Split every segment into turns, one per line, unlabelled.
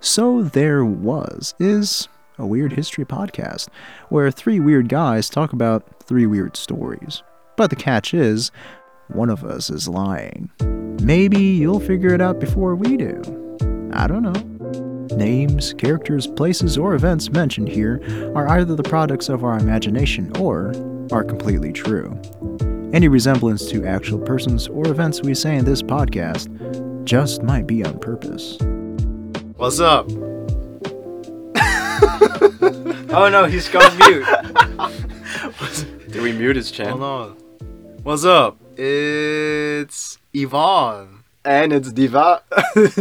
So There Was is a weird history podcast where three weird guys talk about three weird stories. But the catch is, one of us is lying. Maybe you'll figure it out before we do. I don't know. Names, characters, places, or events mentioned here are either the products of our imagination or are completely true. Any resemblance to actual persons or events we say in this podcast just might be on purpose.
What's up?
Oh no, he's gone mute.
Did we mute his channel?
Hold on. What's up? It's Yvonne.
And it's Diva.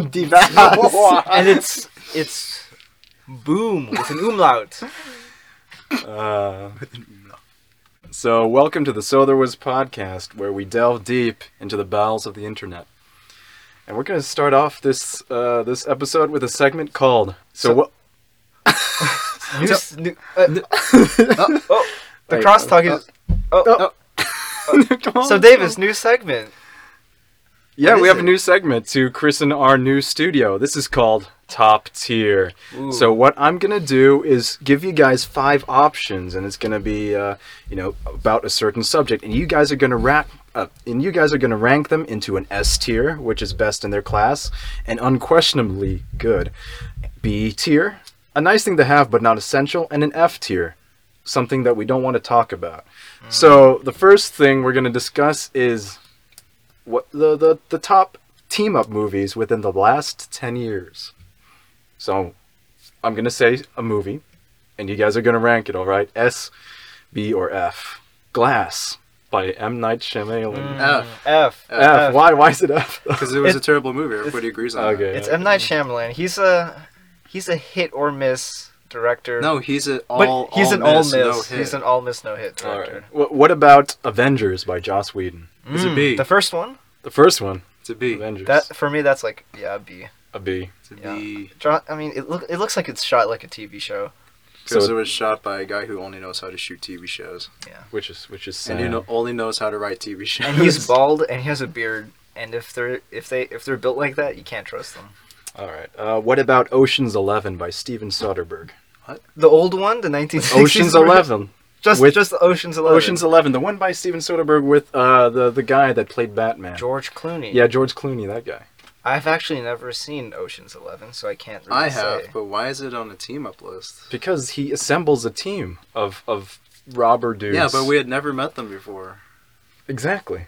Diva.
and it's it's boom with an umlaut.
Uh, so, welcome to the So There Was podcast, where we delve deep into the bowels of the internet. And we're going to start off this uh, this episode with a segment called So, What.
New, s- new, uh, oh, the
Wait,
crosstalk is. Oh, so Davis, new segment.
Yeah,
what
we
is
have
it?
a new segment to christen our new studio. This is called Top Tier.
Ooh.
So what I'm gonna do is give you guys five options, and it's gonna be, uh, you know, about a certain subject, and you guys are gonna rank, uh, and you guys are gonna rank them into an S tier, which is best in their class and unquestionably good. B tier, a nice thing to have but not essential, and an F tier, something that we don't want to talk about.
Hmm.
So the first thing we're gonna discuss is what the the, the top team up movies within the last ten years. So I'm gonna say a movie, and you guys are gonna rank it. All right, S, B, or F. Glass by M Night Shyamalan.
Mm. F.
F.
F. Why? Why is it F?
Because it was
It-
a terrible movie. Everybody agrees on
okay.
It's M Night Shyamalan. He's a he's a hit or miss director.
that. No, he's an
but
all.
he's
all
an all
miss,
miss.
No hit.
He's an all miss no hit
All
director. Mm.
right. Wh- what about Avengers by Joss Whedon?
It's a B.
The first one
The first one,
It's a B.
Avengers.
that for me that's like yeah a B.
a B.
It's a
Yeah.
B.
Draw, I mean it look it looks like it's shot like a TV show.
Because
So-
it was shot by a guy who only knows how to shoot TV shows,
Which is which is sad.
and who no- only knows how to write TV shows.
And he's bald and he has a beard. And if they're if they if they're built like that, you can't trust them.
All right. Uh, what about Ocean's Eleven by Steven Soderbergh?
The old one, the 1960s.
Ocean's Eleven.
Just
with-
just Ocean's Eleven.
Ocean's Eleven, the one by Steven Soderbergh with uh, the the guy that played Batman.
George Clooney.
Yeah, George Clooney, that guy.
I've actually never seen Ocean's Eleven, so I can't. Really
I have,
say.
but why is it on the team up list?
Because he assembles a team of of robber dudes.
Yeah, but we had never met them before.
exactly.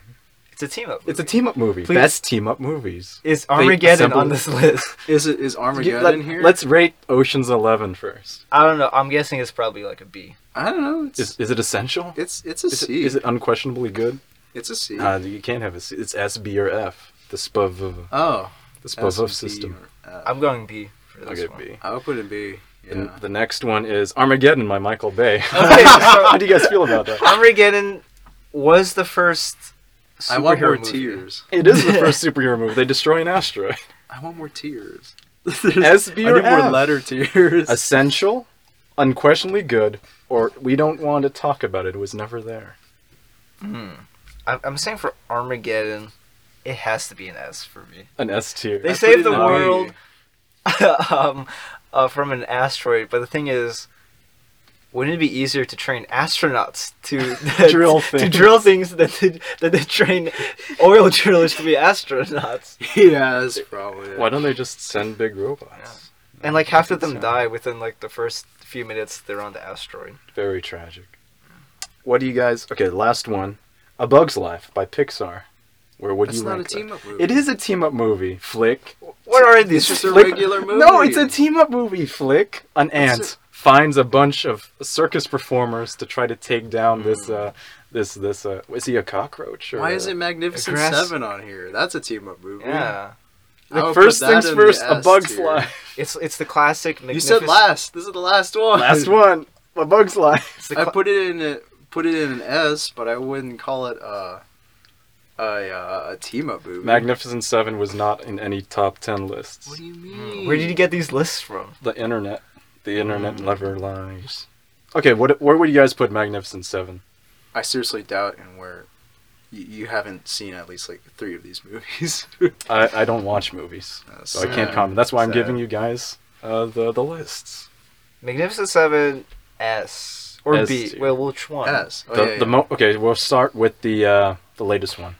It's a team up.
It's a team up movie.
Please.
Best team up movies.
Is Armageddon on
assembled-
this list?
Is it is Armageddon
Let,
here?
us rate Ocean's Eleven first.
I don't know. I'm guessing it's probably like a B.
I don't know. It's
Is is it essential?
it's, it's a
Is it,
C.
is it unquestionably good?
It's a C.
Uh, you can't have a C. It's S, B, or F. The spav
oh,
the
that's
spav
a
system.
B or F.
I'm going B for
I'll
this
get
one.
B.
I would put a B.
And
Yeah.
the next one is Armageddon by Michael Bay.
Okay,
How
so
do you guys feel about that?
Armageddon was the first. Superhero
I want more
movie.
tears.
It is the first superhero movie. They destroy an asteroid.
I want more tears.
S, B,
I
or
need more
F?
letter tears.
essential, unquestionably good, or we don't want to talk about it. It was never there.
I'm, I'm saying for Armageddon, it has to be an S for me.
An S tier.
They
I put
saved
it
the
in a B.
world um, uh, from an asteroid, but the thing is, wouldn't it be easier to train astronauts to
Drill
to,
things.
drill things than to, than to train oil drillers to be astronauts?
yeah, that's probably. it.
Why don't they just send big robots?
And like half of
That's
them
it.
die within like the first few minutes they're on the asteroid.
Very tragic. What do you guys? Okay, the last one, A Bug's Life by Pixar. Where would
That's
you
not a
rank that?
team up movie.
It is a team up movie. Flick.
What are
It's
these?
just a
Flick-
regular movie.
No, it's a team up movie. Flick, an
That's
ant, finds a bunch of circus performers to try to take down this. Uh, this this uh, is he a cockroach? Or
Mm. Why
a-
is it Magnificent
Grass-
Seven on here? That's a team up movie.
yeah,
I would put
First
that
things
in the
first, A
S
Bug's
tier.
Life.
it's it's the classic.
You said
Magnific-
last. This is the last one.
Last one, a bug's life.
It's the
I
cla-
put it in a, put it in an S, but I wouldn't call it a a, uh, a team up movie.
Magnificent Seven was not in any top ten
What
lists.
do you mean?
Where did you get these lists from?
The internet, the internet
Mm.
never lies. Okay, what where would you guys put Magnificent Seven?
I seriously doubt and where you, you haven't seen at least like three of these movies. Uh,
I, I don't watch movies, so Oh, I can't
Sad.
comment. That's why I'm
Sad.
giving you guys uh, the the lists.
Magnificent Seven S or
S
B.
tier.
Well, which one?
Yes. Oh,
the
yeah,
the
yeah.
mo- okay, we'll start with the uh, the latest one,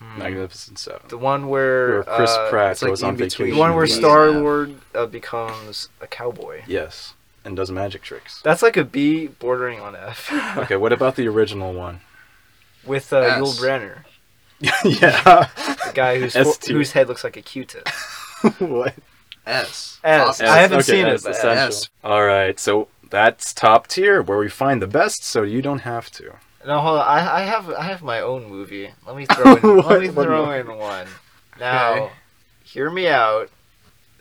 Hmm.
Magnificent Seven,
The one where,
where Chris
uh,
Pratt
it's like
goes
in
on
between
vacation.
The one where
with-
Yeah.
Star Lord uh, becomes a cowboy.
yes, and does magic tricks.
That's like a B bordering on F.
Okay, what about the original one?
With uh,
S.
Yul Brenner,
yeah,
the guy whose
S tier.
whose head looks like a Q-tip.
what?
S.
S.
Top
I haven't
okay,
seen it,
S,
but-
essential.
S.
All right, so that's top tier where we find the best, so you don't have to.
No, hold on. I, I have I have my own movie. Let me throw in, let
What-
me
one
throw
more.
in one. Now,
Okay.
hear me out.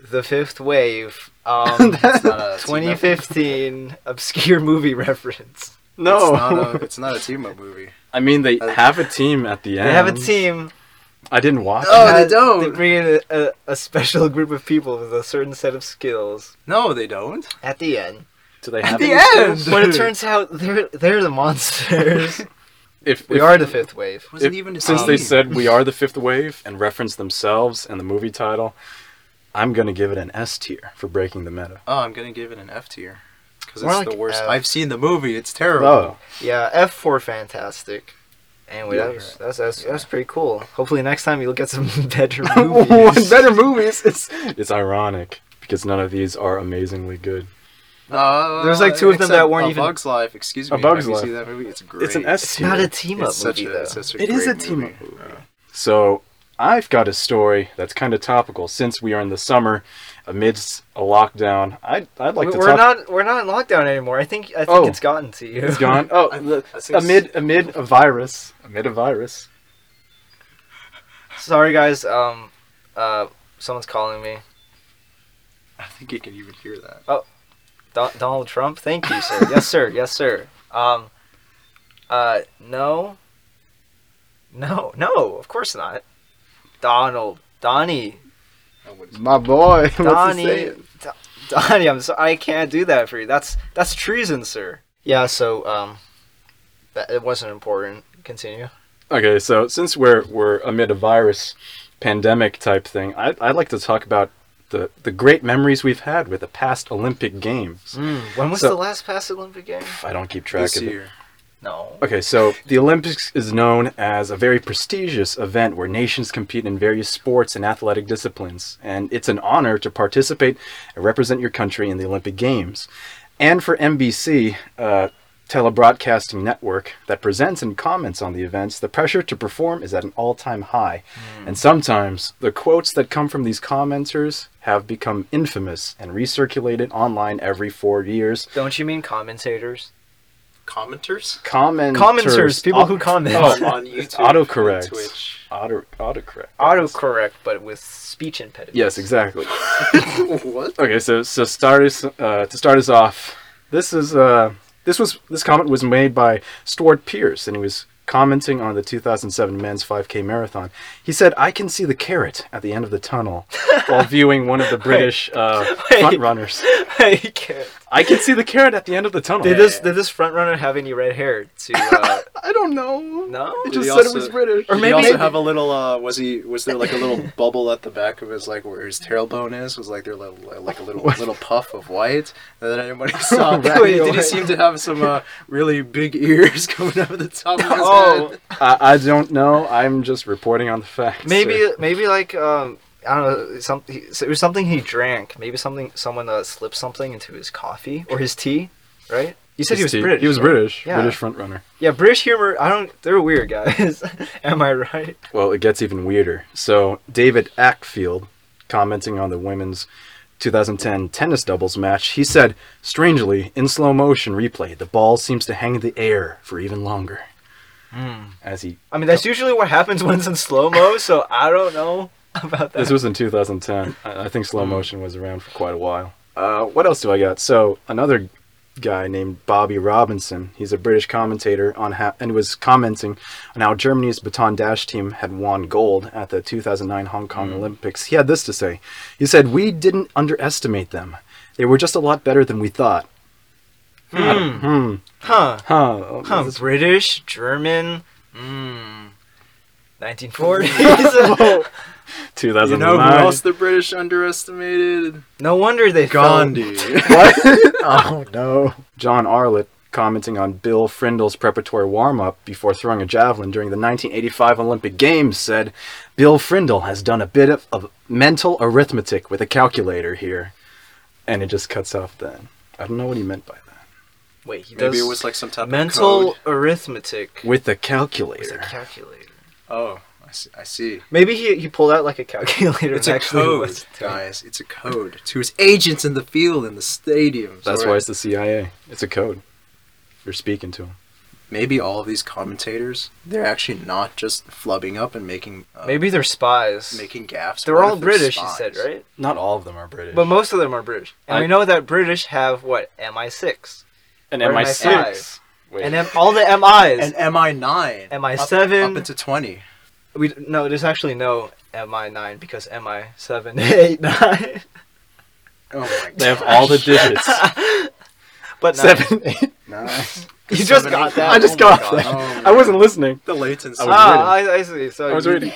The Fifth Wave, um,
It's not a team up.
2015 obscure movie reference.
It's
No,
not a, it's not a team up movie.
I mean they
Uh,
have a team at the end.
They have a team. Oh,
I didn't watch.
No,
it.
Oh, they
and They
don't.
bring in a, a, a special group of people with a certain set of skills
No, they don't.
at the end.
Do they have
the
any
end!
skills?
But it turns out they're they're the monsters.
If
we
if-
are the Fifth Wave.
Wasn't
if-
even a
since they
team.
said we are the fifth wave and reference themselves and the movie title, I'm gonna give it an S tier for breaking the meta.
Oh, I'm gonna give it an F tier because it's
More like
the worst.
F.
i I've seen the movie. It's terrible.
Oh,
Yeah, F for fantastic. Anyway,
Yeah,
that
you're
was,
right.
that's that's that's pretty cool. Hopefully next time you look at some better movies.
better movies. It's it's ironic because none of these are amazingly good.
Uh,
There's like two of them
except
that weren't
a
even-
Bug's Life. Excuse
A
me.
Bug's
have you
Life.
seen that movie? It's great.
It's an S
it's
tier.
not a team up
It's such
movie
a-
though.
it's such
It is
great
a team
movie.
up movie. So I've got a story that's kind of topical since we are in the summer, amidst a lockdown. I'd I'd like
We-
to
we're
talk.
not we're not in lockdown anymore. I think I think
Oh.
it's gotten to you.
It's gone. Oh,
I-
the-
I think
amid amid a virus, amid a virus.
Sorry guys, um uh someone's calling me.
I think you can even hear that.
Don- Donald Trump. Thank you, sir. yes, sir. Yes, sir. Um, uh, no, no, no. Of course not. Donald, Donnie,
That would-
My boy,
Donnie, Do- Donnie. I'm sorry. I can't do that for you. That's that's treason, sir. Yeah. So um, that it wasn't important. Continue.
Okay, so since we're we're amid a virus pandemic type thing, I I'd like to talk about the the great memories we've had with the past Olympic Games.
Hmm, when was
So-
the last past Olympic game?
If I don't keep track
Mm. This
of it.
year.
No.
Okay, so the Olympics is known as a very prestigious event where nations compete in various sports and athletic disciplines, and it's an honor to participate and represent your country in the Olympic Games. And for NBC, uh, telebroadcasting network that presents and comments on the events, the pressure to perform is at an all-time high,
Hmm.
and sometimes the quotes that come from these commenters have become infamous and recirculated online every four years.
Don't you mean commentators?
Commenters
Commenters,
Commenters, people
au-
who comment.
Oh,
on
it's
YouTube,
autocorrect.
Twitch.
Auto autocorrect.
Autocorrect, but with speech impediments.
Yes, exactly.
what?
Okay, so so start us uh, to start us off. This is uh this was this comment was made by Stuart Pierce, and he was commenting on the 2007 men's 5K marathon. He said, "I can see the carrot at the end of the tunnel," while viewing one of the British uh,
Wait.
front runners.
I can't.
I can see the carrot at the end of the tunnel.
Did this did this front runner have any red hair to uh,
I don't know.
no?
It
Did
just
he
said it
also-
was British.
Or
Did
maybe-
he also have a little. Uh, was he? Was there like a little bubble at the back of his like where his tailbone is? Was like there like, like a little little puff of white and then anybody saw?
Right.
Wait, did he seem to have some uh, really big ears coming out of the top of his
Oh.
head?
I, I don't know. I'm just reporting on the facts.
Maybe
sir.
maybe like um I don't know something it was something he drank. Maybe something someone uh, slipped something into his coffee or his tea, right? You said he was
His team-
British.
He was
right?
British.
Yeah.
British front runner.
Yeah, British humor. I don't. They're weird guys. Am I right?
Well, it gets even weirder. So David Ackfield, commenting on the women's 2010 tennis doubles match, he said, "Strangely, in slow motion replay, the ball seems to hang in the air for even longer." As he,
I mean, that's usually what happens when it's in slow mo. So I don't know about that.
this was in 2010. I I think
Mm.
slow motion was around for quite a while. Uh, what else do I got? So another guy named Bobby Robinson. He's a British commentator on how, and was commenting on how Germany's baton dash team had won gold at the 2009 Hong Kong
Mm.
Olympics. He had this to say. He said, "We didn't underestimate them. They were just a lot better than we thought." I don't- Hmm.
huh?
Huh.
Huh?
This-
British, German. Mm. 1940s.
Whoa. 2009.
You know who else the British underestimated?
no wonder they fell.
Gandhi.
What? oh no. John Arlett commenting on Bill Frindle's preparatory warm-up before throwing a javelin during the 1985 Olympic Games said, "Bill Frindle has done a bit of, of mental arithmetic with a calculator here," and it just cuts off. Then I don't know what he meant by that.
Wait, he does
Maybe it was like some type of
mental
code.
arithmetic
With a
with a
calculator.
calculator.
Oh, I see. I see.
Maybe he, he pulled out like a calculator.
It's
and
a
actually
code,
was doing-
guys. It's a code to his agents in the field in the stadiums.
That's
all
why
right?
it's the CIA. It's a code. You're speaking to him.
maybe all of these commentators they're actually not just flubbing up and making uh,
Maybe they're spies.
making gaffes.
they're
What
all
if
British, you
spies?
said, right?
Not all of them are British.
But most of them are British. And
I-
we know that British have what? MI6.
an
or
MI6. Wait.
And M- all the MIs.
And MI nine,
MI7.
up, up into twenty.
we d- no, there's actually no MI9 because MI7, 8, 9.
Oh my god!
they have all the digits.
But nine.
Seven, eight.
You just
Seven,
got
eight,
that.
nine.
I just
Oh my
got
God.
that.
Oh my
I wasn't listening.
The latency.
I was
Ah, I, I see. So
I was
you-
reading.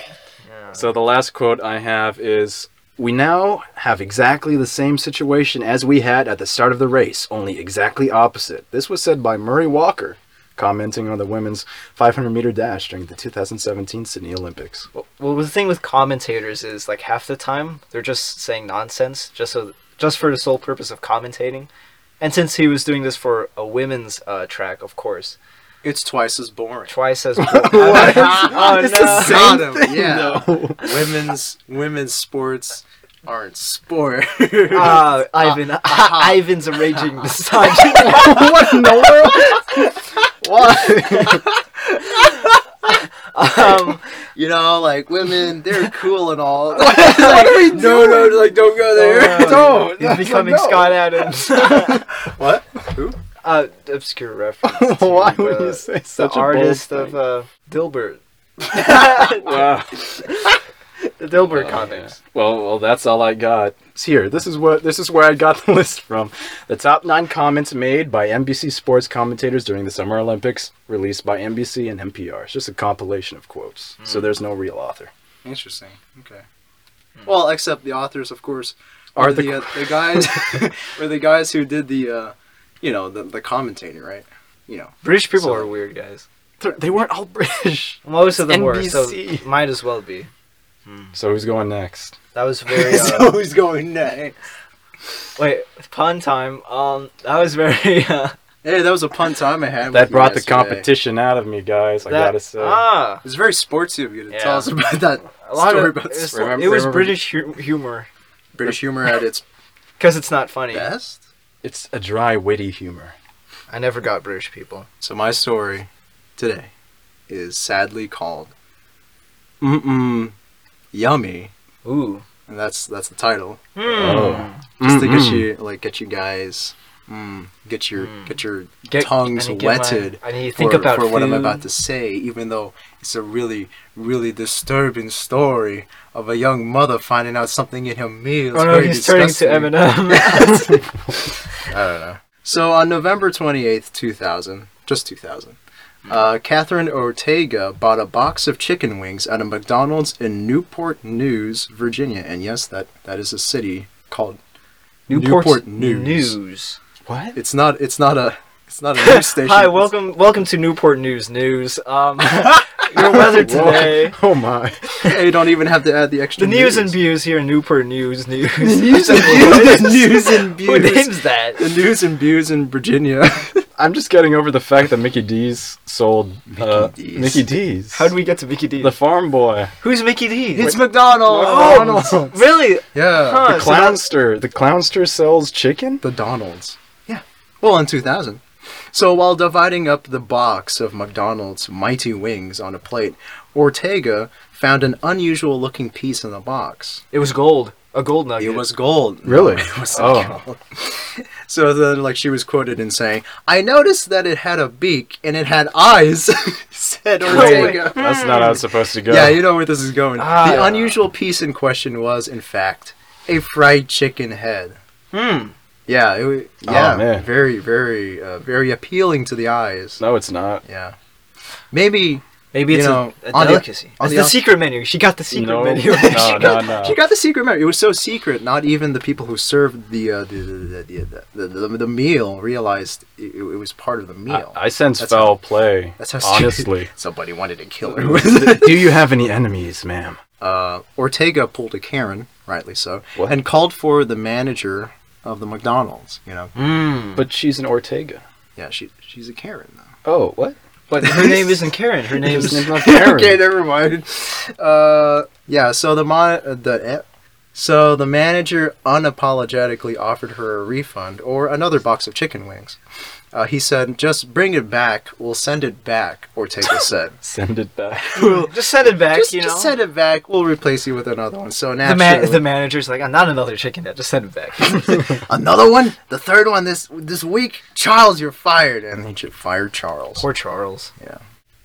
Yeah.
So the last quote I have is We now have exactly the same situation as we had at the start of the race, only exactly opposite. This was said by Murray Walker, commenting on the women's 500 meter dash during the 2017 Sydney Olympics.
Well, the thing with commentators is like half the time they're just saying nonsense, just so just for the sole purpose of commentating. And since he was doing this for a women's uh, track, of course,
it's twice as boring.
twice as
Oh,
It's the
no.
same
Got him,
thing,
yeah.
though.
women's women's sports aren't sport.
uh, Ivan Ivan's a raging misogynist.
what in the world? Why?
um,
you know, like women, they're cool and all. no, no, like Oh, don't go there.
No,
he's becoming
no.
Scott Adams.
What? Who?
uh, obscure reference. to,
Why would
uh,
you say
the
such a
artist
bold
of
thing?
uh, Dilbert?
Wow.
The Dilbert
Oh,
comics.
yeah. Well, well, that's all I got. It's Here, this is what this is where I got the list from. The top nine comments made by NBC sports commentators during the Summer Olympics, released by NBC and NPR. It's just a compilation of quotes, so there's no real author.
Interesting. Okay.
Hmm.
Well, except the authors, of course,
Are
are the
the
the, uh, the guys were the guys who did the, uh, you know, the the commentator, right? You know,
British people
So-
are weird guys.
They're- They weren't all British.
Most of them were,
NBC.
so might as well be.
So who's going next?
That was very. Uh,
so who's going next?
Wait, pun time. Um, that was very. Uh,
Hey, that was a pun time I had. with
That
you
brought the
yesterday.
competition out of me, guys. I
that-
gotta say.
Ah,
It's very sportsy of you to
Yeah.
tell us about that
a lot
story
of
about
it was,
sport.
remember-
it was
remember-
British hu- humor
British humor at its
because it's not funny.
best.
It's a dry, witty humor.
I never got British people.
So my story today is sadly called
Mm-mm.
"Yummy,"
Ooh.
and that's that's the title.
Hmm.
Oh.
just to get
Mm-hmm.
Mm-mm.
you like get you guys mm, get your
Mm.
get your
Get-
tongues
I need to get
wetted
My, I need to
for,
think about
for what I'm about
food.
to say even though it's a really really disturbing story of a young mother finding out something in her meal is
Oh no,
very
he's turning to
disgusting.
Eminem.
I don't know so on November 28th 2000 just 2000 uh, Catherine Ortega bought a box of chicken wings at a McDonald's in Newport News, Virginia. And yes, that, that is a city called Newport News.
News.
What?
It's not. It's not a. It's not a news station.
Hi,
It's-
welcome, welcome to Newport News News. Um, your weather today.
Oh my.
Yeah, you don't even have to add the extra.
The news and views here in Newport News News.
news and views. the news and
Who
views.
names that?
The news and views in Virginia.
I'm just getting over the fact that Mickey D's sold Mickey uh,
D's.
Mickey D's.
How do we get to Mickey D?
The farm boy.
Who's Mickey D?
It's McDonald's.
McDonald's.
Oh,
really?
yeah.
Huh, so that-
Clownster. The Clownster sells chicken?
The Donalds. Yeah. Well, in 2000. So while dividing up the box of McDonald's mighty wings on a plate, Ortega found an unusual looking piece in the box.
it was gold. A gold nugget.
It was gold.
Really?
No, it was
Oh.
gold. So then, like, she was quoted in saying, I noticed that it had a beak and it had eyes, said Ortega.
That's not how it's supposed to go.
Oh Yeah, you know where this is going.
Ah.
the unusual piece in question was, in fact, a fried chicken head.
Hmm.
Yeah, it, wa- yeah,
Oh, man.
very, very, uh, very appealing to the eyes.
no, it's not.
Yeah, maybe
Maybe
You
it's
know,
a, a
on the-
delicacy.
on
That's
the
the
off-
secret menu. She got the secret
No,
menu.
no,
She
no,
got-
no.
She got the secret menu. It was so secret, not even the people who served the uh, the, the, the, the, the, the meal realized it, it was part of the meal.
I, I sense
That's
foul play.
That's how stupid-
honestly.
somebody wanted to kill her. with it.
Do you have any enemies, ma'am?
uh, Ortega pulled a Karen, rightly so,
What?
and called for the manager of the McDonald's. You know,
Mm.
Hmm. But she's an Ortega.
yeah, she she's a Karen though.
Oh, what?
But her name isn't Karen. Her name
His
is
name's not Karen.
okay, never mind. Uh, yeah, so the mon- uh, the eh, so the manager unapologetically offered her a refund or another box of chicken wings. Uh, he said, "Just bring it back. We'll send it back." Ortega said,
Send it back.
just send it back.
just,
you know,
just send it back. We'll replace you with another one." So
the man,
naturally,
the manager's like, "Oh, not another chicken. Dad. Just send it back.
another one, the third one this this week. Charles, you're fired, and he should fire Charles.
Poor Charles.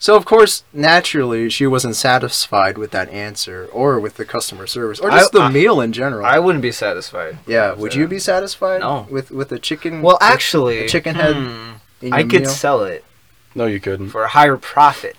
So of course, naturally, she wasn't satisfied with that answer, or with the customer service, or
I-
just the
I-
meal in general.
I wouldn't be satisfied.
Yeah, would you be satisfied
No.
with with a chicken?
Well,
with
actually,
a chicken head
hmm,
in your
I could
meal?
sell it
No, you couldn't.
for a higher profit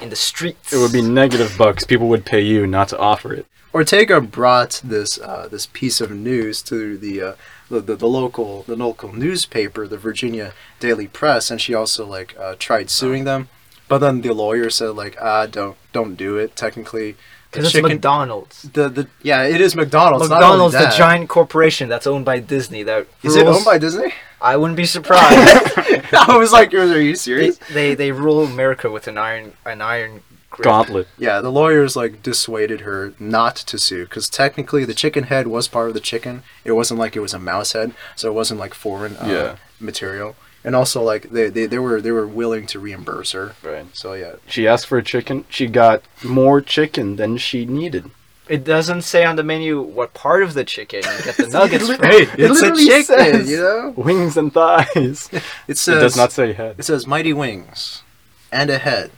in the streets.
It would be negative bucks. People would pay you not to offer it.
Ortega brought this uh, this piece of news to the, uh, the, the the local the local newspaper, the Virginia Daily Press, and she also like uh, tried suing them, but then the lawyer said like ah don't don't do it technically. The
because it's McDonald's.
the, the yeah it is McDonald's. not only
McDonald's, the
that.
giant corporation that's owned by Disney. That
Is it
rules,
owned by Disney?
I wouldn't be surprised.
I was like, are you
they,
serious?
they they rule America with an iron an iron grip.
Gauntlet.
Yeah, the lawyers like dissuaded her not to sue because technically the chicken head was part of the chicken. It wasn't like it was a mouse head, so it wasn't like foreign uh,
Yeah.
material. And also like they, they, they were they were willing to reimburse her.
Right.
So yeah,
She asked for a chicken. She got more chicken than she needed.
It doesn't say on the menu what part of the chicken you get the nuggets from.
Hey, it
it's
literally
a chicken,
says
you know.
wings and thighs. It
It says
does not say head.
it says mighty wings and a head.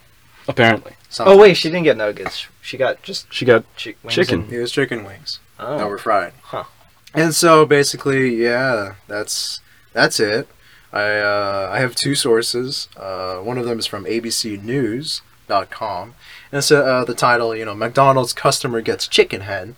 Apparently,
Oh wait, she didn't get nuggets. She got just
she got
chick- wings
Chicken.
and-
it was chicken wings
oh.
that were fried.
Huh.
And so basically, yeah, that's that's it. I uh, I have two sources. Uh, one of them is from abcnews.com. And so uh, the title, you know, McDonald's customer gets chicken head,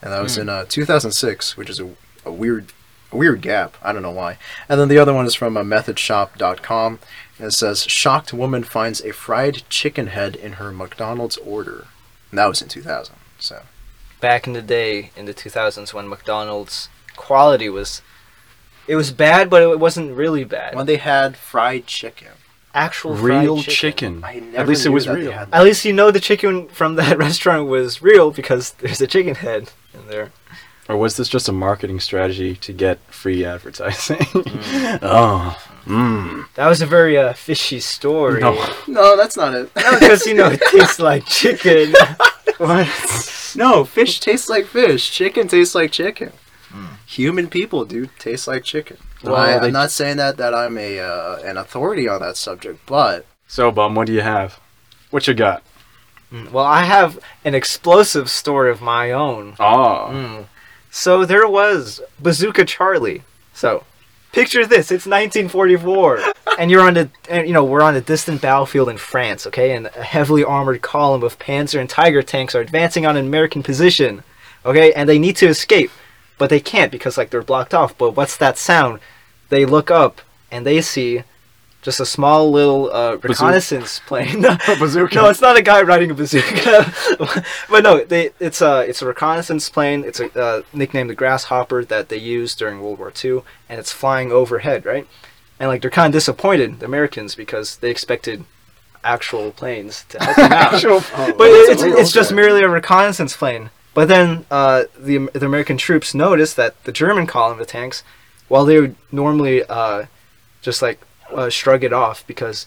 and that was in uh, 2006, which is a, a weird a weird gap. I don't know why. And then the other one is from uh, methodshop.com. And it says shocked woman finds a fried chicken head in her McDonald's order. And that was in 2000. So
back in the day in the 2000s when McDonald's quality was it was bad but it wasn't really bad.
when they had fried chicken.
Actual fried
real
chicken.
chicken.
I never
At least it
knew
was
that they
real.
had that.
At least you know the chicken from that restaurant was real because there's a chicken head in there.
Or was this just a marketing strategy to get free advertising? oh, mm.
That was a very uh, fishy story.
No.
No, that's not it.
Because you know it tastes like chicken.
no, fish tastes like fish. Chicken tastes like chicken. Human people do taste like chicken.
Well,
I,
Oh, they-
am not saying that that I'm a uh, an authority on that subject, but
So, Bum, what do you have? What you got?
Well, I have an explosive story of my own.
Oh,
Mm. So there was Bazooka Charlie. So picture this: it's 1944, and you're on the, and, you know, we're on a distant battlefield in France. Okay, and a heavily armored column of Panzer and Tiger tanks are advancing on an American position. Okay, and they need to escape, but they can't because like they're blocked off. But what's that sound? They look up and they see just a small little uh, reconnaissance plane.
A bazooka.
No, it's not a guy riding a bazooka. but no, they, it's a it's a reconnaissance plane. It's a uh, nicknamed the Grasshopper that they used during World War II, and it's flying overhead, right? And like they're kind of disappointed, the Americans, because they expected actual planes to help them out. But
that's
it's,
a
Oh,
it's,
real
just
plane.
merely a reconnaissance plane. But then uh, the the American troops noticed that the German column of tanks, while they would normally uh, just like uh, shrug it off because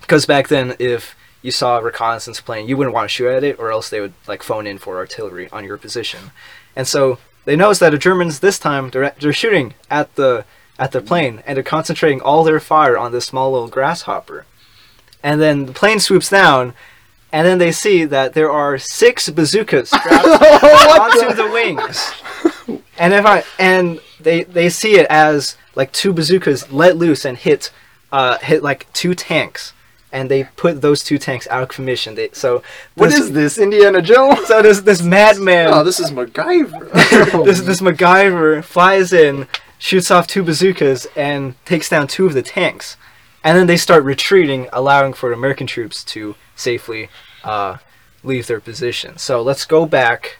because back then if you saw a reconnaissance plane, you wouldn't want to shoot at it, or else they would like phone in for artillery on your position. And so they noticed that the Germans this time they're, they're shooting at the at the plane and they're concentrating all their fire on this small little grasshopper. And then the plane swoops down, and then they see that there are six bazookas strapped onto the wings. And if I and they they see it as like two bazookas let loose and hit uh, hit like two tanks, and they put those two tanks out of commission. They, so
What
this-
is this, Indiana Jones?
so this this madman
Oh, this is MacGyver. Oh,
this this MacGyver flies in, shoots off two bazookas, and takes down two of the tanks, and then they start retreating, allowing for the American troops to safely uh, leave their position. So let's go back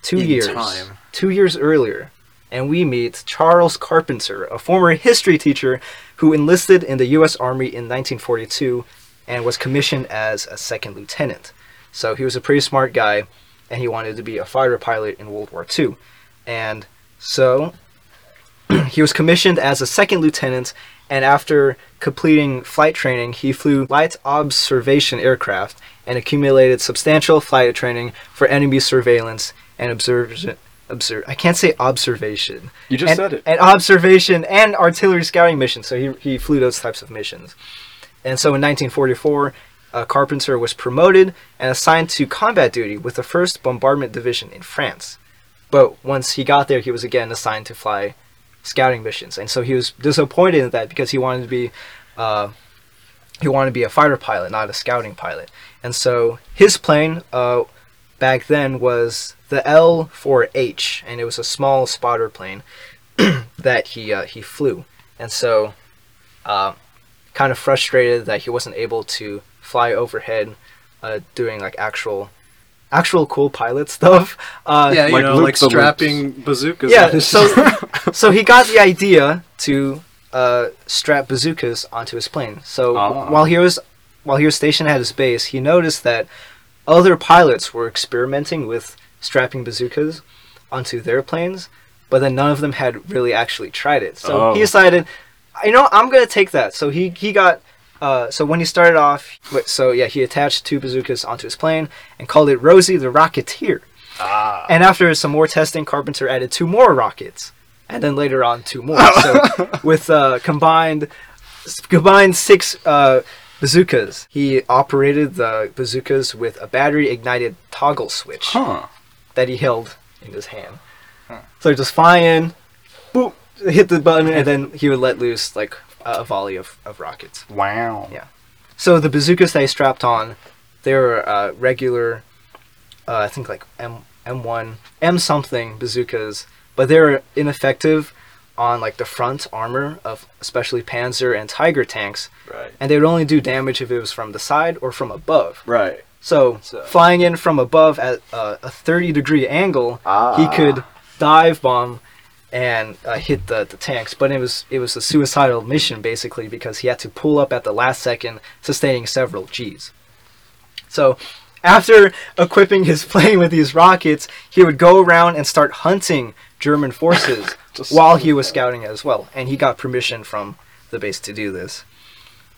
two
In
years,
time.
two years earlier, and we meet Charles Carpenter, a former history teacher who enlisted in the U.S. Army in 1942 and was commissioned as a second lieutenant. So he was a pretty smart guy, and he wanted to be a fighter pilot in World War II. And so he was commissioned as a second lieutenant, and after completing flight training, he flew light observation aircraft and accumulated substantial flight training for enemy surveillance and observation. Observe. I can't say observation.
You just
and,
said it.
And observation and artillery scouting missions. So he, he flew those types of missions. And so in 1944, uh, Carpenter was promoted and assigned to combat duty with the 1st Bombardment Division in France. But once he got there, he was again assigned to fly scouting missions, and so he was disappointed in that because he wanted to be, uh, he wanted to be a fighter pilot, not a scouting pilot. And so his plane uh, back then was the L4H, and it was a small spotter plane that he uh, he flew, and so uh, kind of frustrated that he wasn't able to fly overhead, uh, doing like actual. Actual cool pilot stuff. Uh,
yeah, you
Like
know,
Luke
like
the Loops.
strapping bazookas. on
yeah,
his-
so so he got the idea to uh, strap bazookas onto his plane. So
Ah.
while he was while he was stationed at his base, he noticed that other pilots were experimenting with strapping bazookas onto their planes, but then none of them had really actually tried it. So
Oh.
he decided, you know, I'm gonna take that. So he he got. Uh, so when he started off, but- so yeah, he attached two bazookas onto his plane and called it Rosie the Rocketeer.
Ah.
And after some more testing, Carpenter added two more rockets, and then later on two more. so with uh, combined s- combined six uh, bazookas, he operated the bazookas with a battery ignited toggle switch
Huh.
that he held in his hand. So he'd just fly in, boop, hit the button, and then he would let loose like a volley of, of rockets.
Wow.
Yeah. So the bazookas they strapped on, they were uh, regular, uh, I think like M M one M something bazookas, but they were ineffective on like the front armor of especially Panzer and Tiger tanks,
Right.
and they would only do damage if it was from the side or from above.
Right.
So,
So-
flying in from above at uh, a thirty degree angle, he
Ah.
could dive bomb and uh, hit the, the tanks. But it was it was a suicidal mission basically because he had to pull up at the last second, sustaining several G's. So after equipping his plane with these rockets, he would go around and start hunting German forces
Just
while he was scouting as well. And he got permission from the base to do this.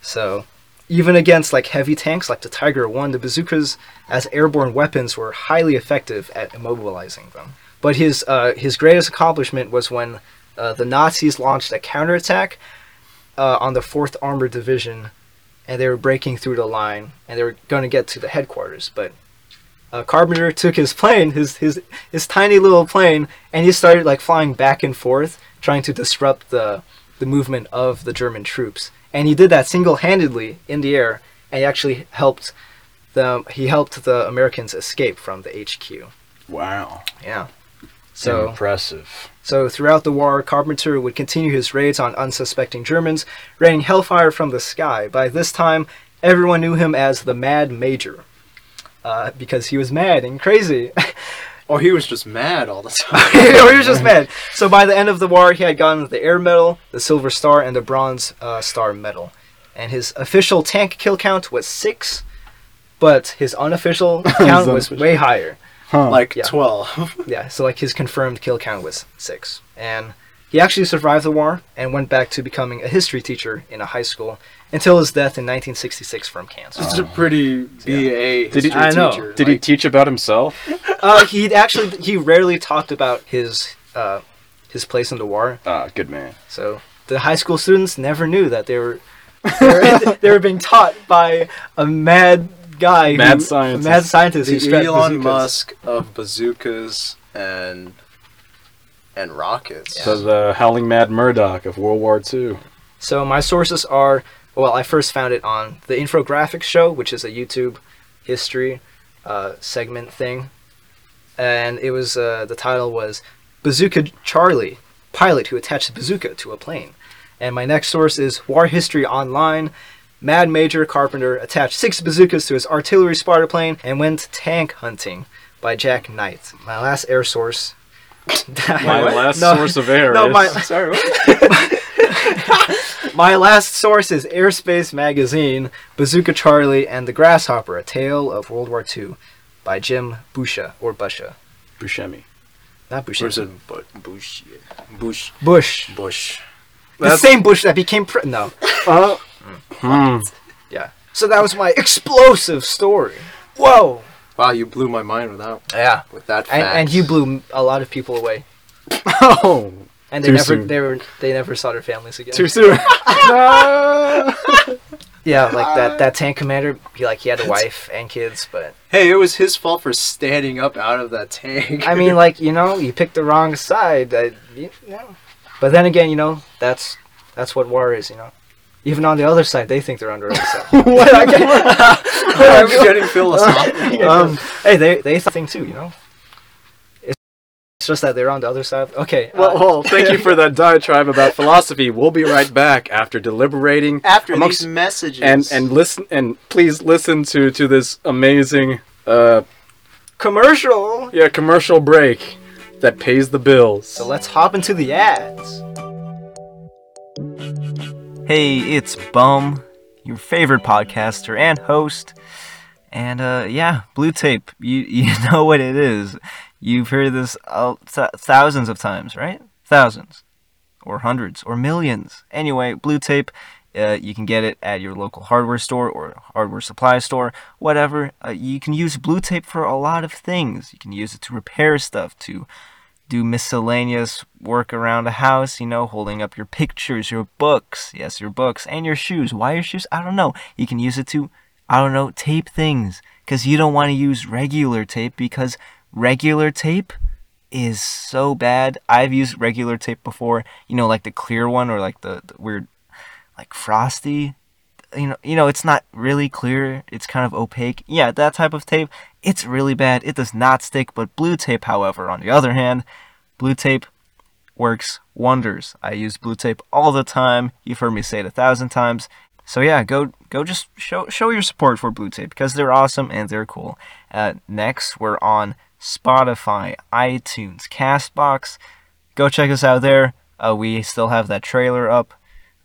So even against like heavy tanks like the Tiger 1, the bazookas as airborne weapons were highly effective at immobilizing them. But his uh, his greatest accomplishment was when uh, the Nazis launched a counterattack uh, on the 4th Armored Division, and they were breaking through the line, and they were going to get to the headquarters. But uh, Carpenter took his plane, his his his tiny little plane, and he started like flying back and forth, trying to disrupt the the movement of the German troops. And he did that single-handedly in the air, and he actually helped the he helped the Americans escape from the HQ.
Wow.
Yeah. So
impressive.
so throughout the war, Carpenter would continue his raids on unsuspecting Germans, raining hellfire from the sky. By this time, everyone knew him as the Mad Major, uh, because he was mad and crazy.
or Oh, he was just mad all the time.
he was just mad. So by the end of the war, he had gotten the Air Medal, the Silver Star, and the Bronze uh, Star Medal. And his official tank kill count was six, but his unofficial count was
unofficial.
way higher.
Huh.
like
Yeah.
twelve.
Yeah, so like his confirmed kill count was six. And he actually survived the war and went back to becoming a history teacher in a high school until his death in 1966 from cancer.
It's a pretty BA
Did he-
history
I know.
teacher.
Did he
like,
teach about himself?
Uh, he actually he rarely talked about his uh, his place in the war,
Ah, good man.
so the high school students never knew that they were they were, they were being taught by a mad guy,
Mad
who,
scientist.
a mad scientist who
the
strapped
Elon
bazookas.
Musk of bazookas and and rockets?
So the howling mad Murdoch of World War II.
So my sources are Well, I first found it on the Infographics Show, which is a YouTube history uh, segment thing, and it was uh, the title was "Bazooka Charlie: Pilot Who Attached a Bazooka to a Plane," and my next source is War History Online. Mad Major Carpenter attached six bazookas to his artillery spotter plane and went tank hunting by Jack Knight. My last air source.
My last source of air
No,
is-
my, sorry. my last source is Airspace Magazine, Bazooka Charlie and the Grasshopper: A Tale of World War II, by Jim Busha or Busha,
Buscemi.
not Busha.
Where's
Bush.
it? Bu- Bush. Bush.
Bush.
Bush.
The same Bush that became pre- no.
Uh,
Yeah. So that was my explosive story. Whoa.
Wow, you blew my mind with that.
Yeah.
With that fact.
And, and you blew a lot of people away,
oh,
and they
Too
never
soon.
they were they never saw their families again.
too soon.
Yeah, like
Uh,
that that tank commander. He like he had a wife and kids, but
Hey, it was his fault for standing up out of that tank.
I mean, like you know, you picked the wrong side. I, you know. But then again, you know, that's that's what war is. You know, even on the other side, they think they're under attack.
I'm getting philosophical.
um, hey, they they think too. You know, it's it's just that they're on the other side. Okay,
Well,
uh,
well, thank you for that diatribe about philosophy. We'll be right back after deliberating
After
amongst-
these messages.
and and listen and please listen to to this amazing uh
commercial.
yeah commercial break that pays the bills.
So let's hop into the ads. Hey, it's Bum, your favorite podcaster and host. And uh, yeah, blue tape. You you know what it is. You've heard this uh, th- thousands of times, right? Thousands, or hundreds, or millions. Anyway, blue tape. Uh, you can get it at your local hardware store or hardware supply store, whatever. Uh, you can use blue tape for a lot of things. You can use it to repair stuff, to do miscellaneous work around a house, you know, holding up your pictures, your books, yes, your books, and your shoes. Why your shoes? I don't know. You can use it to, I don't know, tape things. Because you don't want to use regular tape because regular tape is so bad. I've used regular tape before, you know, like the clear one or like the, the weird, like frosty. You know, you know, it's not really clear. It's kind of opaque. Yeah, that type of tape. It's really bad. It does not stick. But blue tape, however, on the other hand, blue tape works wonders. I use blue tape all the time. You've heard me say it a thousand times. So yeah, go go just show show your support for blue tape because they're awesome and they're cool. Uh, next, we're on Spotify, iTunes, Castbox. Go check us out there. Uh, we still have that trailer up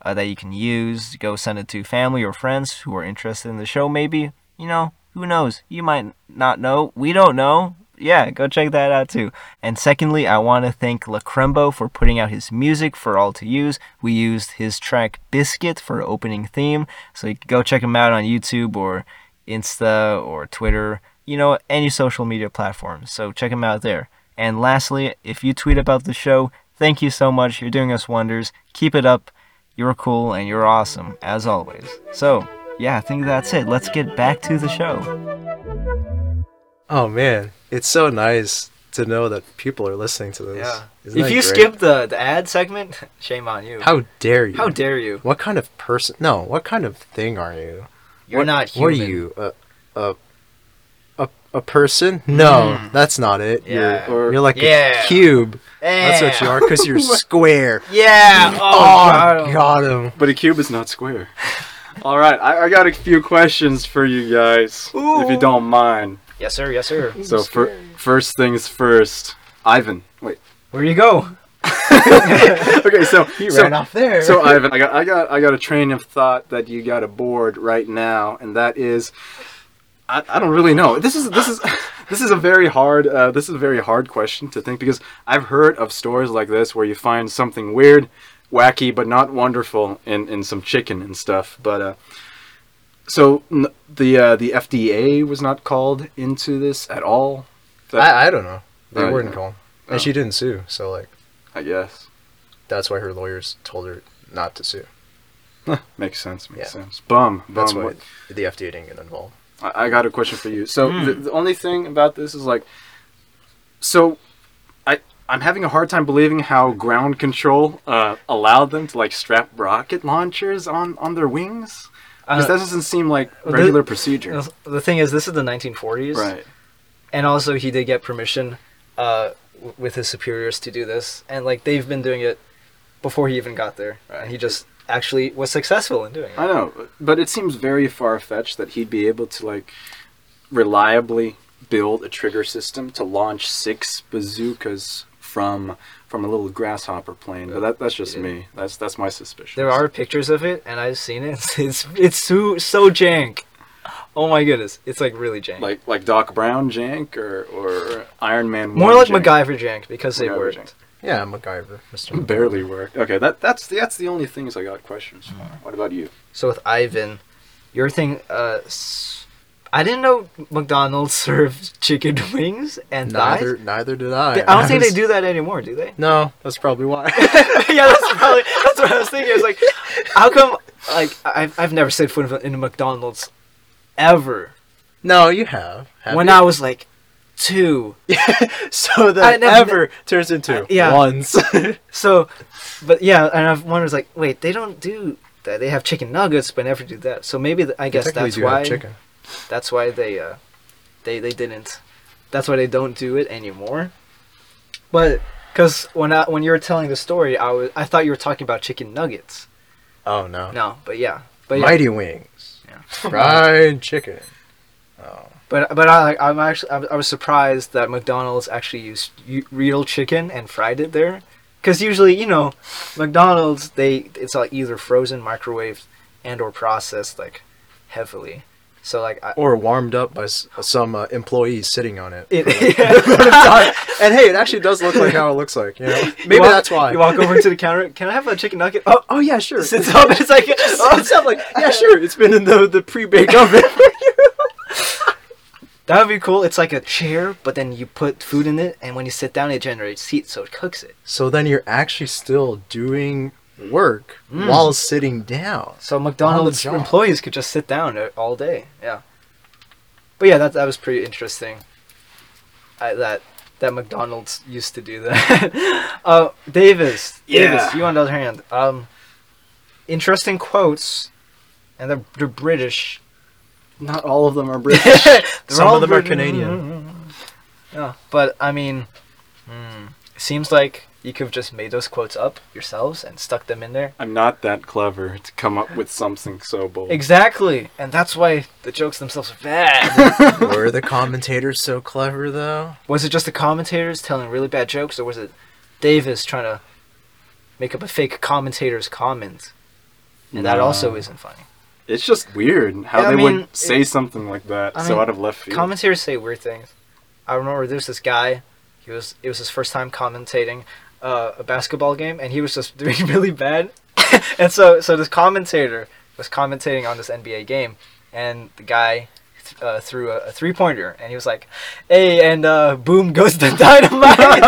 uh, that you can use. Go send it to family or friends who are interested in the show. Maybe you know who knows. You might not know. We don't know. Yeah, go check that out too. And secondly, I want to thank Lacrembo for putting out his music for all to use. We used his track Biscuit for opening theme, so you can go check him out on YouTube or Insta or Twitter, you know, any social media platform. So check him out there. And lastly, if you tweet about the show, thank you so much. You're doing us wonders. Keep it up. You're cool and you're awesome, as always. So, yeah, I think that's it. Let's get back to the show.
oh man, it's so nice to know that people are listening to this.
Yeah.
Isn't
if
that
you
great?
skip the, the ad segment, shame on you.
how dare you?
How dare you?
What kind of person? No, what kind of thing are you?
You're
What-
not
What
human.
are you? A a a, a person? No, that's not it.
Yeah.
You're, you're like
Yeah.
a cube. That's
Yeah.
what you are because you're square.
Yeah.
Oh,
Oh, God.
got him.
But a cube is not square. All right, I, I got a few questions for you guys, if you don't mind.
Yes, sir. Yes, sir.
So fir- first things first, Ivan. Wait.
Where you go?
Okay, so
He
so,
ran off there.
so Ivan, I got I got I got a train of thought that you got aboard right now, and that is, I, I don't really know. This is this is this is a very hard uh, this is a very hard question to think because I've heard of stories like this where you find something weird, wacky, but not wonderful in in some chicken and stuff. But uh, so n- the uh, the FDA was not called into this at all. That,
I, I don't know. They
Oh,
weren't
yeah.
calm,
Oh.
and she didn't sue. So like
I guess
that's why her lawyers told her not to sue.
makes sense. Makes
Yeah.
sense. Bum. bum
That's
what-
why the FDA didn't get involved.
I, I got a
Hmm.
question for you. So the, the only thing about this is like, so I
I'm having a hard time believing how ground control uh, allowed them to like strap rocket launchers on on their wings. Because
Uh,
that doesn't seem like
the-
regular procedure.
The thing is, this is the 1940s,
Right.
and also he did get permission uh, w- with his superiors to do this, and like they've been doing it before he even got there, and he just actually was successful in doing it.
I know, but it seems very far fetched that he'd be able to like reliably build a trigger system to launch six bazookas from from a little grasshopper plane. But that, that's just me. That's that's my suspicion.
There are pictures of it, and I've seen it. It's it's so so jank. Oh my goodness, it's like really jank.
like like Doc Brown jank or or Iron Man.
More
1
like
jank.
MacGyver jank because they
MacGyver
worked.
jank.
Yeah, MacGyver, Mr.
Barely worked. Okay, that that's the, that's the only things I got questions for. What about you?
So with Ivan, your thing. Uh, s- I didn't know McDonald's served chicken wings and thighs.
Neither, neither did I.
They- I don't think they do that anymore, do they?
No, that's probably why.
yeah, that's probably that's what I was thinking. I was like, how come? Like, I've I've never set foot in a McDonald's ever.
no, you have. have
when
you?
I was like two,
so
I
that
never-
ever turns into
Uh, yeah.
once.
so, but yeah, and I've one was like, wait, they don't do that. They have chicken nuggets, but never do that. So maybe th- I guess
Technically
that's
do have
why.
Chicken.
That's why they uh, they they didn't. That's why they don't do it anymore. But because when I when you were telling the story, I was I thought you were talking about chicken nuggets.
Oh no.
No, but yeah, but yeah,
Mighty Wings. Fried chicken.
but but I like I'm actually I, I was surprised that McDonald's actually used u- real chicken and fried it there, because usually you know, McDonald's they it's like either frozen, microwaved, and or processed like heavily. So like I,
Or warmed up by s- some uh, employee sitting on it.
it,
and hey, it actually does look like how it looks like. You know? Maybe
You walk-
that's why.
You walk over to the counter. Can I have a chicken nugget? Oh,
oh yeah, sure.
sits up. It's like oh,
It's not like yeah, sure. It's been in the the pre baked oven.
that would be cool. It's like a chair, but then you put food in it, and when you sit down, it generates heat, so it cooks it.
so then you're actually still doing work while sitting down.
So McDonald's
job.
employees could just sit down uh, all day. Yeah. But yeah, that that was pretty interesting. I, that that McDonald's used to do that. uh, Davis, Davis,
Yeah.
you on the other hand, um, interesting quotes, and they're they're British.
Not all of them are British.
They're
Some
all
of them are
Brit-
Canadian.
Yeah, but I mean, hmm, it seems like you could have just made those quotes up yourselves and stuck them in there.
I'm not that clever to come up with something so bold.
Exactly, and that's why the jokes themselves are bad.
Were the commentators so clever though?
was it just the commentators telling really bad jokes, or was it Davis trying to make up a fake commentator's comment? And that
No.
also isn't funny.
It's just weird how
Yeah, I
they
mean,
would say something like that
I
so
mean,
out of left field.
Commentators say weird things. I remember there's this guy. He was it was his first time commentating uh, a basketball game, and he was just doing really bad. and so so this commentator was commentating on this NBA game, and the guy. th- Uh, threw a, a three pointer, and he was like, "Hey!" and uh, boom goes the dynamite.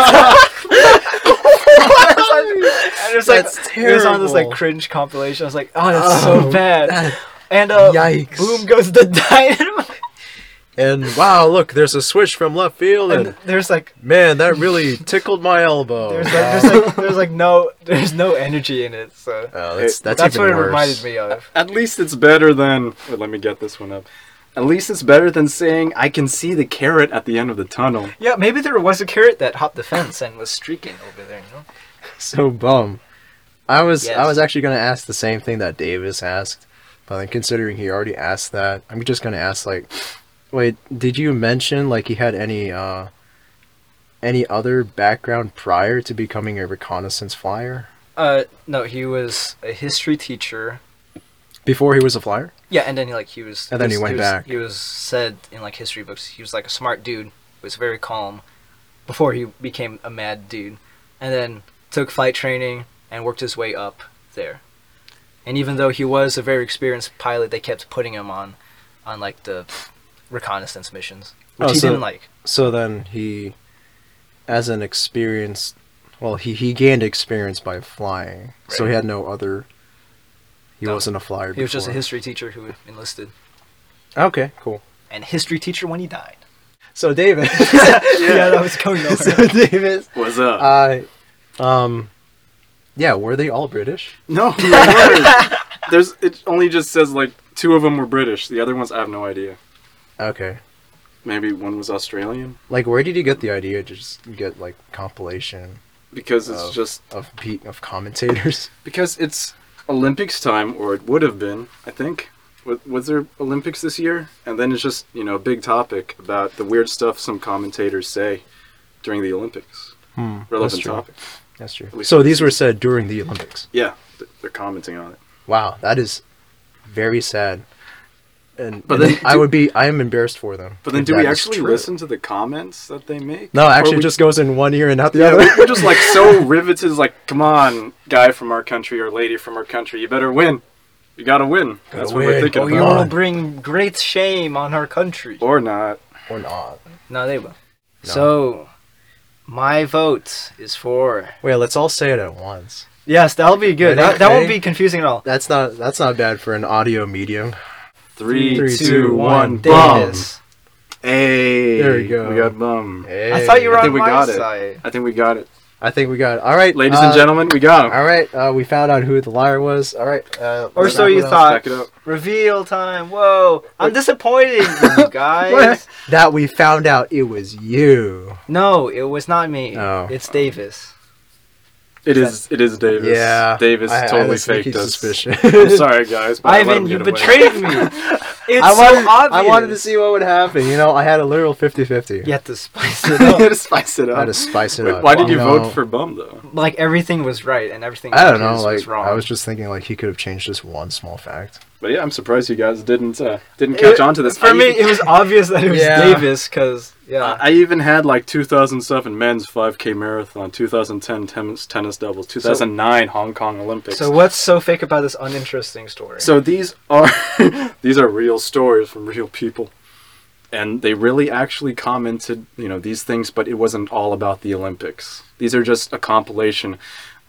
and it was like
That's
it was on this like
terrible.
cringe compilation. I was like, "Oh, that's so
Oh,
bad!"
that-
and uh,
yikes.
boom goes the dynamite.
And wow, look, there's a switch from left field, and
And there's like
man, that really tickled my elbow.
there's like, there's like there's like no there's no energy in it. So
oh, that's, that's,
that's
even
what it
worse.
reminded me of.
At least it's better than. Wait, let me get this one up. At least it's better than saying I can see the carrot at the end of the tunnel.
Yeah, maybe there was a carrot that hopped the fence and was streaking over there. You know,
So bum. I was I
Yes.
was actually gonna ask the same thing that Davis asked, but then considering he already asked that, I'm just gonna ask like, wait, did you mention like he had any uh any other background prior to becoming a reconnaissance flyer?
uh, no, he was a history teacher.
Before he was a flyer?
Yeah, and then he, like he was,
And then he
was-
went
was-
back.
He was said in like history books. He was like a smart dude. Was very calm before he became a mad dude, and then took flight training and worked his way up there. And even though he was a very experienced pilot, they kept putting him on, on like the reconnaissance missions, which
Oh,
he
so-
didn't like.
So then he as an experienced well, he, he gained experience by flying. So he had no other he
No.
wasn't a flyer
He was just a
before.
history teacher who enlisted,
Okay, cool.
and history teacher when he died.
So David,
yeah, that was going
so
nowhere.
David,
What's up?
uh, um, yeah, were they all British?
no, they weren't. there's it only just says like two of them were British. The other ones I have no idea.
Okay.
Maybe one was Australian
Like, where did you get the idea to just get like compilation
because it's
Oh.
just
of pe- of commentators?
because it's Olympics time or it would have been, I think. Was, was there Olympics this year? And then it's just, you know, a big topic about the weird stuff some commentators say during the Olympics.
Hmm,
Relevant topic.
That's true.
least
So these were said during the Olympics.
Yeah, th- they're commenting on it.
Wow, that is very sad. And
But
but
then
I
do-
would be I am embarrassed for them.
But then
if
do we
that is
actually
true.
listen to the comments that they make?
No,
Or
actually,
we-
it just goes in one ear and out the
Yeah,
other.
we- we're just like so riveted. Like, come on, guy from our country or lady from our country, you better win. You gotta win. That's what we're
win.
thinking
Oh,
about.
you will
on.
bring great shame on our country.
Or not.
or not.
No, they will. So, my vote is for.
Wait, let's all say it at once.
Yes, that'll be good.
Ready?
That, that won't
Ready?
be confusing at all.
That's not that's not bad for an audio medium.
Three, two,
Three,
one,
two, one,
bum.
Davis.
Hey,
There we go.
We got bum.
I thought you were
I
on
think we
my
got it.
side.
I think we got it,
I think we got. It. All right,
ladies
uh,
and gentlemen. We got him.
All right, uh, we found out who the liar was. All right, uh,
Or
what-
so
what
you
else?
thought.
Back it up.
Reveal time. Whoa. I'm disappointed in you guys.
That we found out it was you.
no, it was not me.
Oh.
It's Davis.
It is. It is Davis.
Yeah,
Davis
I- I had
totally
a sneaky
faked us.
Suspicion.
I'm sorry, guys. But I let
Ivan,
him
you
get away.
betrayed me. It's
I wanted,
so obvious.
I wanted to see what would happen. You know, I had a literal 50-50.
You had to spice it up.
to spice it
I had
up.
to spice it
Wait,
up. Oh,
why
Oh,
did
I
you
know-
vote for bum though?
like everything was right and everything
I don't
he
know.
accused
Like
was wrong.
I was just thinking, like he could have changed this one small fact.
But yeah, I'm surprised you guys didn't uh, didn't catch
It-
on to this.
For
I
me,
even,
it was obvious that it was
Yeah.
Davis because
I
yeah.
I even had like 2007 men's 5K marathon, 2010 tennis, tennis doubles, 2009 Hong Kong Olympics.
So what's so fake about this uninteresting story?
So these are these are real stories from real people, and they really actually commented, you know, these things. But it wasn't all about the Olympics. These are just a compilation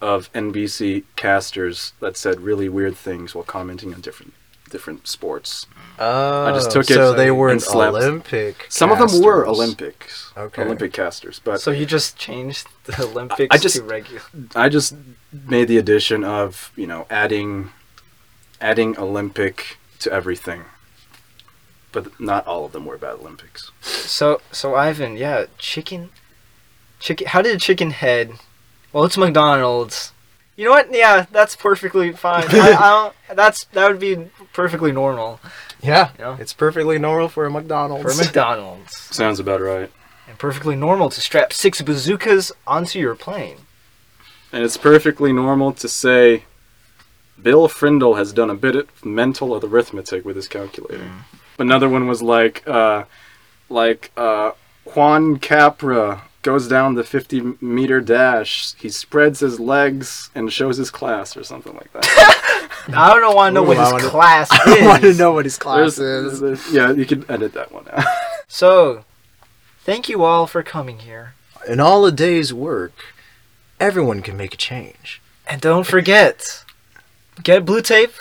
of NBC casters that said really weird things while commenting on different different sports.
Oh,
just took it
So they
and
were an
slapped-
Olympic.
Some of them were
casters.
Olympics,
Okay.
Olympic casters, but
So you just changed the Olympics
I just-
to regular.
I just made the addition of you know adding adding Olympic to everything, but not all of them were about Olympics.
So so Ivan, yeah, chicken, chicken. How did chicken head? Well, it's McDonald's. You know what? Yeah, that's perfectly fine. I, I don't, that's that would be perfectly normal
Yeah,
Yeah.
it's perfectly normal for a
for
McDonald's.
McDonald's,
Sounds about right.
and perfectly normal to strap six bazookas onto your plane.
And it's perfectly normal to say Bill Frindle has done a bit of mental arithmetic with his calculator. Another one was like uh, like uh, Juan Capra goes down the 50 meter dash. He spreads his legs and shows his class or something like that.
I don't want to know
Ooh,
what
I
his
wanna-
class
I want to
is.
know what his
There's-
class is.
there's- yeah, you could edit that one out.
So, thank you all for coming here,
In all a day's work, everyone can make a change.
and don't forget, get blue tape,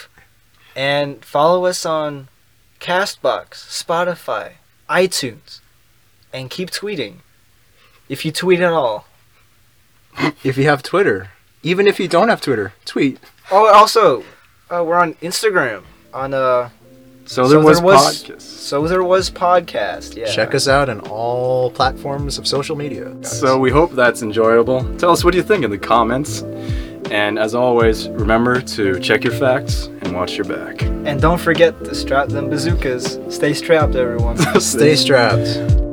and follow us on Castbox, Spotify, iTunes, and keep tweeting. If you tweet at all.
If you have Twitter, even if you don't have Twitter, tweet.
Oh, also, uh, we're on Instagram on uh.
So
there
there was,
there was-
podcasts.
So there was podcast. Yeah.
Check us out on all platforms of social media.
So we hope that's enjoyable. Tell us what you think in the comments. And as always, remember to check your facts and watch your back.
And don't forget to strap them bazookas. Stay strapped, everyone.
stay strapped.